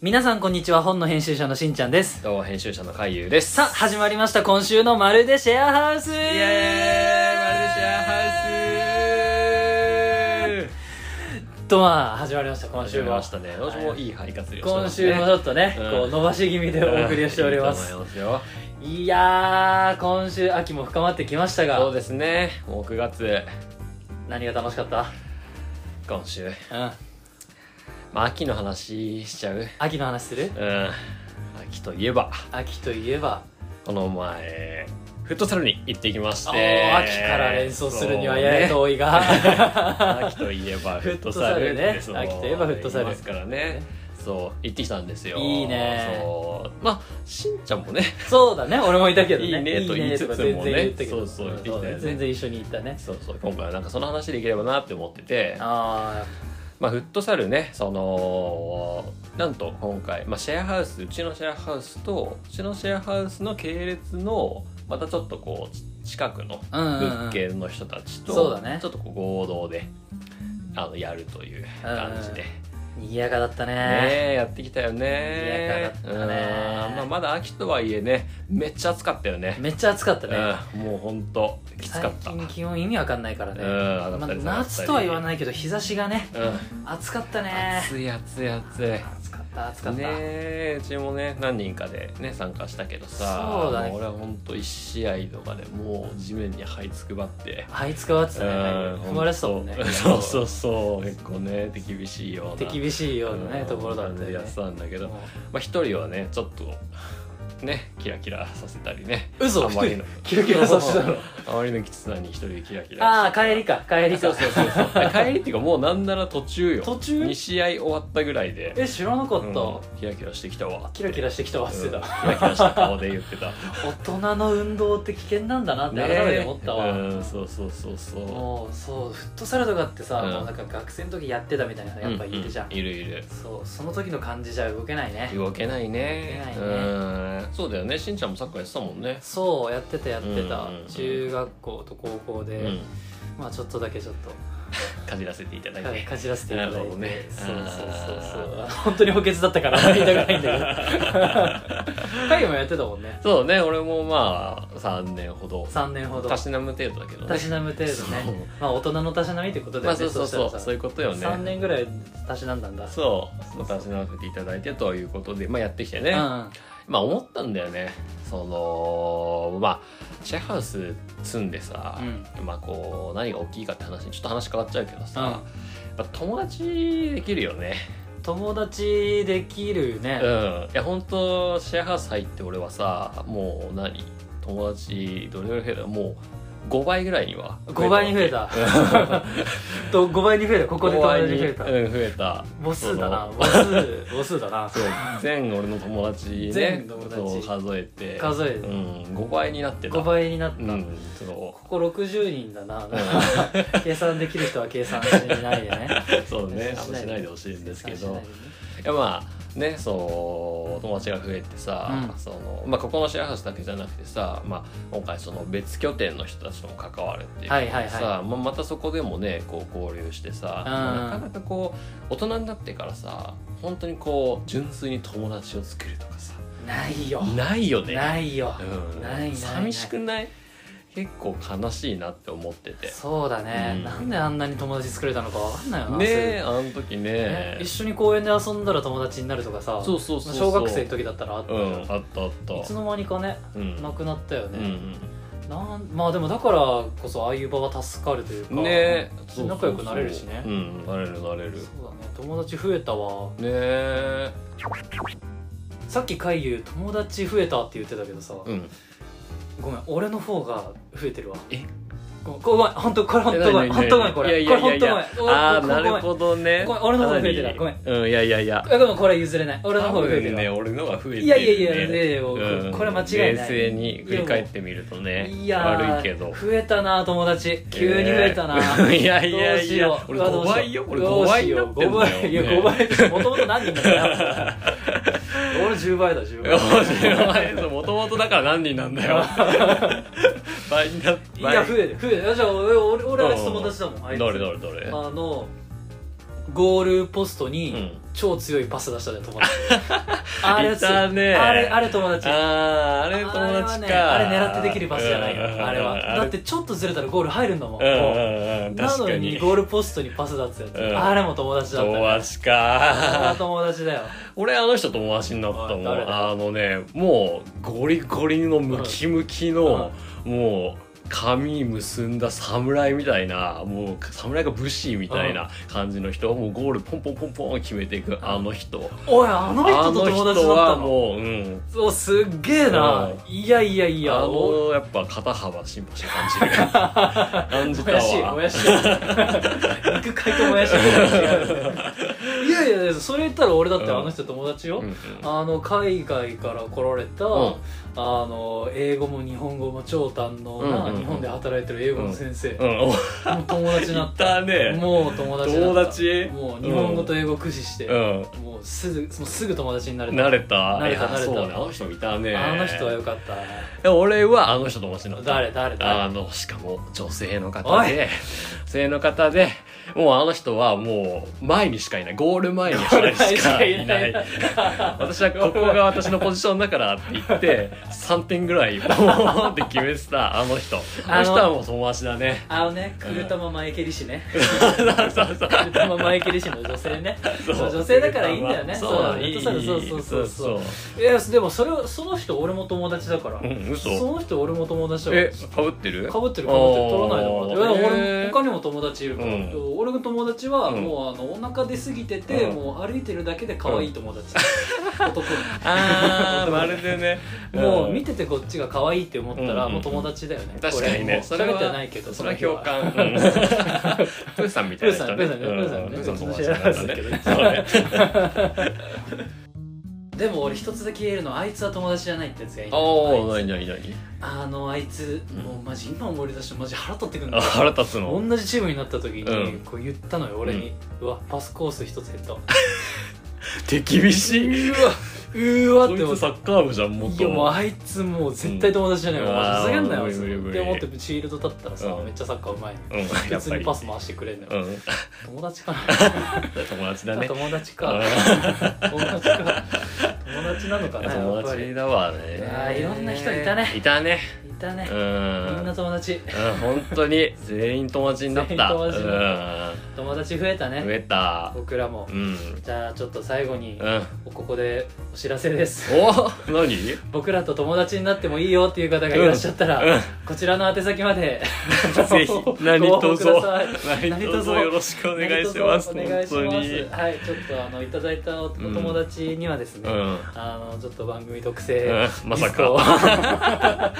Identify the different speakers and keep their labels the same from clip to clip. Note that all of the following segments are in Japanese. Speaker 1: 皆さんこんにちは本の編集者のしんちゃんです
Speaker 2: どうも編集者の海優です
Speaker 1: さあ始まりました今週の「まるでシェアハウス」イ
Speaker 2: イエーイマルシェアハウ
Speaker 1: スとまあ始まりました今
Speaker 2: ス始
Speaker 1: 週
Speaker 2: めま
Speaker 1: も
Speaker 2: したね今週もいい肺活用
Speaker 1: 今週もちょっとね、
Speaker 2: うん
Speaker 1: こう伸ばし気味でお送りをしております
Speaker 2: いいと思いよ
Speaker 1: いやー今週秋も深まってきました
Speaker 2: そう
Speaker 1: が
Speaker 2: ですねもう9月
Speaker 1: 何が楽しかった
Speaker 2: 今週
Speaker 1: うん
Speaker 2: まあ秋の話しちゃう
Speaker 1: 秋の話する
Speaker 2: うん秋といえば
Speaker 1: 秋といえば
Speaker 2: この前フットサルに行ってきまし
Speaker 1: お
Speaker 2: て
Speaker 1: ー秋から連想するにはやや遠いが、
Speaker 2: 秋といえばフットサルって
Speaker 1: フットサルね秋といえばフットサル
Speaker 2: ですからねそう行ってきたんですよ
Speaker 1: いいね
Speaker 2: そうまあしんちゃんもね
Speaker 1: そうだね俺もいたけどね
Speaker 2: いいねと言いつつもね
Speaker 1: いいとか全然言ったけど
Speaker 2: そうそう言ってきたよね
Speaker 1: 全然一緒に行ったね
Speaker 2: そうそう今回はなんかその話できればなって思ってて
Speaker 1: あ
Speaker 2: まあフットサルねそのなんと今回、まあ、シェアハウスうちのシェアハウスとうちのシェアハウスの系列のまたちょっとこうち近くの
Speaker 1: あうんうん、うん、
Speaker 2: 物件の人たちと、
Speaker 1: そうだね
Speaker 2: ちょっとこう合同であのやるという感じで、
Speaker 1: うん賑やかだったね
Speaker 2: ねえやってきたよね
Speaker 1: 賑やかだったね
Speaker 2: うんまあ、まだ秋とはいえねめっちゃ暑かったよね
Speaker 1: めっちゃ暑かったね、
Speaker 2: うん、もうほんときつかった、
Speaker 1: 最
Speaker 2: うん
Speaker 1: 近、気温意味わかんないからね、
Speaker 2: うん上がったり
Speaker 1: まあ夏とは言わないけど日差しがね暑かったね
Speaker 2: 暑い暑い暑い
Speaker 1: 暑かった暑かった、
Speaker 2: ねえうちもね何人かでね参加したけどさ
Speaker 1: そうだね
Speaker 2: も俺はほんと1試合とかでもう地面に這いつくばって
Speaker 1: あいつかわってたね
Speaker 2: うん
Speaker 1: 踏まれてたもんね
Speaker 2: ほと そうそうそう結構ね手厳しいような
Speaker 1: 手厳しいようなね、
Speaker 2: うん
Speaker 1: ところだった
Speaker 2: 感じで
Speaker 1: よ
Speaker 2: や
Speaker 1: ね
Speaker 2: ってたんだけどまあ一人はねちょっとねキラキラさせたりね
Speaker 1: 嘘
Speaker 2: あまりの
Speaker 1: キラキラさせたの
Speaker 2: あまりのきつさに一人でキラキラ
Speaker 1: ああ帰りか帰り
Speaker 2: そう
Speaker 1: か
Speaker 2: そうそうそう 帰りっていうかもうなんなら途中よ
Speaker 1: 途中
Speaker 2: 2試合終わったぐらいで
Speaker 1: え知らなかった、
Speaker 2: うんキラキラしてきたわって
Speaker 1: キラキラしてきたわってた、
Speaker 2: うんキラキラした顔で言っ てた
Speaker 1: 大人の運動って危険なんだなって改めて思ったわ、
Speaker 2: ねうんそうそうそうそ
Speaker 1: もうそうフットサルとかってさ、
Speaker 2: うん
Speaker 1: もうなんか学生の時やってたみたいなの
Speaker 2: う
Speaker 1: やっぱいるじゃん、
Speaker 2: ういるいる
Speaker 1: そうその時の感じじゃ動けないね
Speaker 2: 動けないね
Speaker 1: 動けないね
Speaker 2: うんそうだよねしんちゃんもサッカーやってたもんね
Speaker 1: そうやってたやってた、
Speaker 2: うんうんうん
Speaker 1: 中学校と高校で、
Speaker 2: うん
Speaker 1: まあちょっとだけちょっと
Speaker 2: かじらせていただい
Speaker 1: か
Speaker 2: て
Speaker 1: かじらせていただいて
Speaker 2: なるほどね
Speaker 1: そうそうそうそう
Speaker 2: あ
Speaker 1: 本当に補欠だったから言いたくないんだけ ど会議もやってたもんね
Speaker 2: そうね俺もまあ3年ほど
Speaker 1: 3年ほど
Speaker 2: たしなむ程度だけどね
Speaker 1: たしなむ程度
Speaker 2: そう
Speaker 1: ねまあ大人のたしなみってことだ
Speaker 2: ま
Speaker 1: よ
Speaker 2: あ
Speaker 1: ね、
Speaker 2: そうそうそうそういううことよね
Speaker 1: 3年ぐらいたしなんだんだ
Speaker 2: そうまあたしなませていただいてということでまあやってきてね、
Speaker 1: うん
Speaker 2: まあ思ったんだよねそのまあシェアハウス住んでさ、まあこう何が大きいかって話にちょっと話変わっちゃうけどさ、
Speaker 1: うん
Speaker 2: やっぱ友達できるよね
Speaker 1: 友達できる
Speaker 2: う
Speaker 1: ね
Speaker 2: ん、いや本当シェアハウス入って俺はさもう何友達どれぐらい増えたもう5倍ぐらいには
Speaker 1: 5倍に増えた と5倍に増えたここで友達に増えた
Speaker 2: 5倍にうん増えた
Speaker 1: 母数だな
Speaker 2: その
Speaker 1: 母数母数だな
Speaker 2: そう全俺の友達ね
Speaker 1: 全友達
Speaker 2: そう数えて
Speaker 1: 数え
Speaker 2: う
Speaker 1: て
Speaker 2: ん、5倍になってた
Speaker 1: 5倍になった、
Speaker 2: うんそう
Speaker 1: ここ60人だな、
Speaker 2: う
Speaker 1: 計算できる人は計算しないでね
Speaker 2: そうね、あんましないでほしいんですけど、いやまあね、そう友達が増えてさ、
Speaker 1: うん
Speaker 2: そのまあここのシェアハウスだけじゃなくてさ、まあ今回その別拠点の人たちとも関わるっていうことでさ、
Speaker 1: はいはいは
Speaker 2: まあまたそこでもね、こう交流してさ、
Speaker 1: うん
Speaker 2: まあなかなかこう大人になってからさ、本当にこう純粋に友達を作るとかさ、
Speaker 1: ないよ
Speaker 2: ないよね。
Speaker 1: ないよ、
Speaker 2: うん、
Speaker 1: ないないない
Speaker 2: 寂しくない？結構悲しいなって思ってて。
Speaker 1: そうだね、
Speaker 2: うん
Speaker 1: なんであんなに友達作れたのかわかんないよなそ
Speaker 2: ね
Speaker 1: ういう
Speaker 2: え、あの時ね
Speaker 1: ね。一緒に公園で遊んだら友達になるとかさ
Speaker 2: そうそうそうそ
Speaker 1: 小
Speaker 2: う
Speaker 1: 学生の時だったらあった
Speaker 2: う
Speaker 1: よ、
Speaker 2: ん、あったあった。
Speaker 1: いつの間にかね
Speaker 2: うん
Speaker 1: なくなったよ
Speaker 2: う
Speaker 1: ね、
Speaker 2: ん
Speaker 1: なんまあでもだからこそああいう場は助かるというか
Speaker 2: うん、ね
Speaker 1: そう仲良くなれるしね
Speaker 2: うんなれるなれる
Speaker 1: そ
Speaker 2: ね
Speaker 1: うだね友達増えたわ
Speaker 2: え
Speaker 1: さっき海優友達増えたって言ってたけどさ、
Speaker 2: うん
Speaker 1: ごめん俺の方が増えてるわ
Speaker 2: え
Speaker 1: ごめんごめん本当これ本当ごめん本当ごめんこれ
Speaker 2: い
Speaker 1: こ
Speaker 2: や
Speaker 1: れ本
Speaker 2: いやい
Speaker 1: 当ごめ
Speaker 2: や
Speaker 1: んごめん
Speaker 2: ああ
Speaker 1: ご
Speaker 2: ー
Speaker 1: めん
Speaker 2: なるほどね
Speaker 1: ごめん俺の方が増えてる
Speaker 2: か
Speaker 1: ごめ
Speaker 2: なんりうんいやいやいや
Speaker 1: ごめんごめんこれ譲れない俺の方が増えてる
Speaker 2: 多分
Speaker 1: わ
Speaker 2: ね俺の方が増えてるね
Speaker 1: いやいやいやいやいやもう
Speaker 2: うん
Speaker 1: これ間違いない
Speaker 2: 冷静に振り返ってみるとね
Speaker 1: いやー
Speaker 2: 悪いけど
Speaker 1: 増えたな友達急に増えたな、
Speaker 2: えー いやいや
Speaker 1: どうし
Speaker 2: いや
Speaker 1: よう
Speaker 2: 俺
Speaker 1: うわど
Speaker 2: 5
Speaker 1: うし
Speaker 2: 倍よ俺
Speaker 1: ど
Speaker 2: 5
Speaker 1: う
Speaker 2: 倍
Speaker 1: し
Speaker 2: にな
Speaker 1: よ
Speaker 2: っ
Speaker 1: う
Speaker 2: てん
Speaker 1: 5倍いや5倍
Speaker 2: だよね
Speaker 1: もともと何人だ から俺10倍だ10
Speaker 2: いや
Speaker 1: 倍
Speaker 2: もともとだから何人なんだよ倍になっ
Speaker 1: いや増える増えるじゃあ俺俺俺は友達だもんあいつ
Speaker 2: どれどれどれ
Speaker 1: あのゴールポスト
Speaker 2: う
Speaker 1: に
Speaker 2: ん
Speaker 1: 超強いパス出したで友 達あれ
Speaker 2: いたね
Speaker 1: あれあれ友達
Speaker 2: あーあれ友
Speaker 1: あれは
Speaker 2: 達
Speaker 1: ね
Speaker 2: か
Speaker 1: あれ狙ってできるパスじゃないよ
Speaker 2: うんうんうん
Speaker 1: あれはだってちょっとずれたらゴール入るんだもん、もう
Speaker 2: うんうんうん
Speaker 1: な
Speaker 2: 確
Speaker 1: の
Speaker 2: か
Speaker 1: に
Speaker 2: に
Speaker 1: ゴールポストにパス出すやつ、
Speaker 2: うん
Speaker 1: あれも友達だったね
Speaker 2: 友達
Speaker 1: あ
Speaker 2: か
Speaker 1: れ友達だよ
Speaker 2: 俺あの人友達になっ
Speaker 1: お
Speaker 2: た
Speaker 1: い
Speaker 2: も
Speaker 1: 誰
Speaker 2: ん
Speaker 1: だ
Speaker 2: あのねもうゴリゴリのムキムキの、もう髪結んだ侍みたいなもう侍が武士みたいな感じの人もうゴールポンポンポンポン決めていくあの人
Speaker 1: おいあの
Speaker 2: あ
Speaker 1: 人と友
Speaker 2: の
Speaker 1: 達
Speaker 2: 人
Speaker 1: だった
Speaker 2: は
Speaker 1: の
Speaker 2: もううん
Speaker 1: おすっげえな、
Speaker 2: う
Speaker 1: いやいやい
Speaker 2: い
Speaker 1: や
Speaker 2: やあ
Speaker 1: お
Speaker 2: のやっぱ肩幅進歩して感じる感じ
Speaker 1: も
Speaker 2: た
Speaker 1: やしい
Speaker 2: わ
Speaker 1: もや しい肉解凍もやしいいやいやいやそれ言ったら俺だって
Speaker 2: うん
Speaker 1: あの人友達よ、
Speaker 2: うんうん
Speaker 1: あの海外から来られた、
Speaker 2: うん
Speaker 1: あの英語も日本語も超堪能な、
Speaker 2: うんうんうん
Speaker 1: 日本で働いてる英語の先生、
Speaker 2: うんお
Speaker 1: もう友達になっ
Speaker 2: い
Speaker 1: た
Speaker 2: たね
Speaker 1: もう友達になった
Speaker 2: 友達
Speaker 1: もう日本語と英語駆使して、
Speaker 2: うん
Speaker 1: もうすぐもうすぐ友達になれた
Speaker 2: 慣れた
Speaker 1: 慣れた
Speaker 2: いや
Speaker 1: 慣れた
Speaker 2: そうねあの人いたね
Speaker 1: あの人は良かった
Speaker 2: でも俺はあの人友達になった
Speaker 1: 誰誰誰
Speaker 2: あの、しかも女性の方で、女性の方で、もうあの人はもう前にしかいない。ゴール前にしかいない。私はここが私のポジションだからって言って、3点ぐらい、ボーンって決めてた、あの人。あの人はもう友達だね。
Speaker 1: あのね、クルタママエケリ氏ね。
Speaker 2: そうそうそう。
Speaker 1: クルタママエケリ氏の女性ね。
Speaker 2: そう
Speaker 1: 女性だからいいんだよね。
Speaker 2: そう
Speaker 1: だ
Speaker 2: だいい
Speaker 1: そうそうそうそう
Speaker 2: そ
Speaker 1: そうう。いや、でもそれをその人俺も友達だから。
Speaker 2: うん嘘
Speaker 1: その人俺も友達だから
Speaker 2: え、かぶってる
Speaker 1: かぶってるかぶってる取らないだから
Speaker 2: あー
Speaker 1: いや
Speaker 2: へ
Speaker 1: 俺
Speaker 2: ー
Speaker 1: 他にも友達いるから、
Speaker 2: うん
Speaker 1: 俺の友達は
Speaker 2: うん
Speaker 1: もうあのお腹出過ぎてて、
Speaker 2: うん
Speaker 1: もう歩いてるだけで可愛い友達、男
Speaker 2: あー、まるでね。
Speaker 1: もうん見ててこっちが可愛いって思った
Speaker 2: うんうん
Speaker 1: ら
Speaker 2: うん
Speaker 1: もう友達だよね、
Speaker 2: 確かにね
Speaker 1: それは喋ってはないけど
Speaker 2: それは
Speaker 1: 日
Speaker 2: 共感うんプーさんみ
Speaker 1: プ
Speaker 2: たい
Speaker 1: ー
Speaker 2: な
Speaker 1: さ
Speaker 2: 人
Speaker 1: んプー
Speaker 2: ね
Speaker 1: さんねプーさんね
Speaker 2: う
Speaker 1: う
Speaker 2: プー
Speaker 1: ち
Speaker 2: さ
Speaker 1: の
Speaker 2: んの友
Speaker 1: 知
Speaker 2: 達
Speaker 1: らないで
Speaker 2: だから
Speaker 1: す
Speaker 2: ね
Speaker 1: けど
Speaker 2: そうね
Speaker 1: でも俺一つだけ言えるのはあいつは友達じゃないってやつがいい
Speaker 2: おお
Speaker 1: あい
Speaker 2: 何
Speaker 1: つ
Speaker 2: 何何
Speaker 1: あのあいつもうマジ今思い出してマジ腹立ってくるんだ
Speaker 2: あ
Speaker 1: よ
Speaker 2: 腹立つの
Speaker 1: 同じチームになった時に、
Speaker 2: うん
Speaker 1: こう言ったのよ俺に、うわパスコース一つ減 った
Speaker 2: 手厳
Speaker 1: う
Speaker 2: しい
Speaker 1: ーわうーわっ
Speaker 2: こい
Speaker 1: て思
Speaker 2: つ
Speaker 1: って
Speaker 2: サッカー部じゃん元
Speaker 1: いやもうあいつもう絶対友達じゃない
Speaker 2: うん
Speaker 1: わふざけんなよ
Speaker 2: あ
Speaker 1: あ
Speaker 2: ー
Speaker 1: いつ
Speaker 2: 無理無理
Speaker 1: っ
Speaker 2: 無理
Speaker 1: て思ってシールド立ったらさ
Speaker 2: うん
Speaker 1: めっちゃサッカーうまいのよ
Speaker 2: うんやっ
Speaker 1: 別
Speaker 2: ぱ
Speaker 1: に
Speaker 2: り
Speaker 1: パス回してくれんの
Speaker 2: う
Speaker 1: よ
Speaker 2: ん
Speaker 1: 友達かな
Speaker 2: 友 達だね
Speaker 1: 友達か
Speaker 2: う
Speaker 1: 友達か友達なのか
Speaker 2: ん
Speaker 1: なや
Speaker 2: 友
Speaker 1: っぱり
Speaker 2: 達だ
Speaker 1: い
Speaker 2: わね
Speaker 1: やーいろんな人いたね
Speaker 2: いたね
Speaker 1: いたね
Speaker 2: う
Speaker 1: みんなん友達
Speaker 2: うん本当に全員友達になった
Speaker 1: 全員友達にな
Speaker 2: う
Speaker 1: 友達増えた
Speaker 2: ん増
Speaker 1: ね
Speaker 2: えた
Speaker 1: 僕らも
Speaker 2: うん
Speaker 1: じゃあちょっと最後に
Speaker 2: うん
Speaker 1: ここでお知らせです
Speaker 2: お何
Speaker 1: 僕らと友達になってもいいよっていう方がいらっしゃったら、
Speaker 2: うん
Speaker 1: こちらの宛先まで
Speaker 2: ぜひ
Speaker 1: ご応募
Speaker 2: 何卒
Speaker 1: ください
Speaker 2: 何卒よろしくお願いします
Speaker 1: お願
Speaker 2: 本
Speaker 1: いし
Speaker 2: 当
Speaker 1: ます
Speaker 2: に
Speaker 1: はいちょっとあのいただいたお友達にはですね、
Speaker 2: うん
Speaker 1: あのちょっと番組特製、
Speaker 2: うんまさ
Speaker 1: リ
Speaker 2: か
Speaker 1: ストを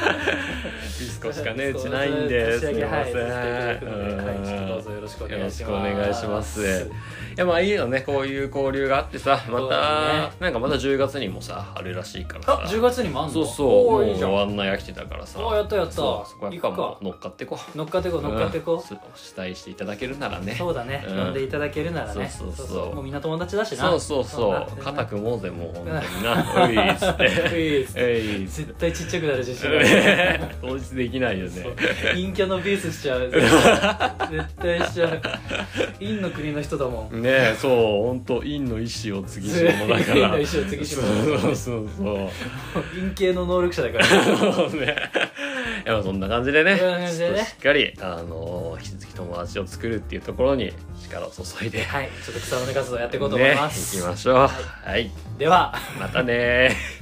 Speaker 2: ビスコしかねうちないんですす
Speaker 1: 差し上
Speaker 2: み
Speaker 1: げは
Speaker 2: ま
Speaker 1: い
Speaker 2: せん、
Speaker 1: 差し上げはいちょっとどうぞ
Speaker 2: うん
Speaker 1: よろしくお願いします
Speaker 2: よろしくお願いしますいやまあいいよねこういう交流があってさま
Speaker 1: そう
Speaker 2: た、
Speaker 1: だね
Speaker 2: なんかまだ10月にもさあるらしいから
Speaker 1: あ
Speaker 2: さ
Speaker 1: 10月にもあんの
Speaker 2: そうそうも
Speaker 1: お
Speaker 2: う
Speaker 1: ーいいじゃん
Speaker 2: 案内が来てたからさ
Speaker 1: おーやったやった
Speaker 2: そうそこはやっぱ
Speaker 1: 行
Speaker 2: も
Speaker 1: く
Speaker 2: う乗っかってこう
Speaker 1: 乗っかってこう乗っかってこう、
Speaker 2: うんそう主体していただけるならね
Speaker 1: そうだね、
Speaker 2: うん
Speaker 1: 呼んでいただけるならね
Speaker 2: そうそうそう
Speaker 1: もうみんな友達だしな
Speaker 2: そうそうそう肩組もうぜもう本当になういっつってういっつっ
Speaker 1: 絶対ちっちゃくなる自信がある
Speaker 2: て当日できないよね
Speaker 1: そう陰キャのベースしちゃう絶対しちゃう陰の国の人だもん
Speaker 2: ねえそう本当陰の意志を継ぎし者だから
Speaker 1: 陰の意志を継ぎし
Speaker 2: そう
Speaker 1: 者
Speaker 2: そうそうそう
Speaker 1: 陰系の能力者だ から
Speaker 2: そうねいやまあそんな感じでね
Speaker 1: そんな感じでね
Speaker 2: ちょっとしっかりあの引き続き友達を作るっていうところに力を注いで
Speaker 1: はいちょっと草の根活動やっていこうと思います、
Speaker 2: ね、いきましょうはい、
Speaker 1: では
Speaker 2: またね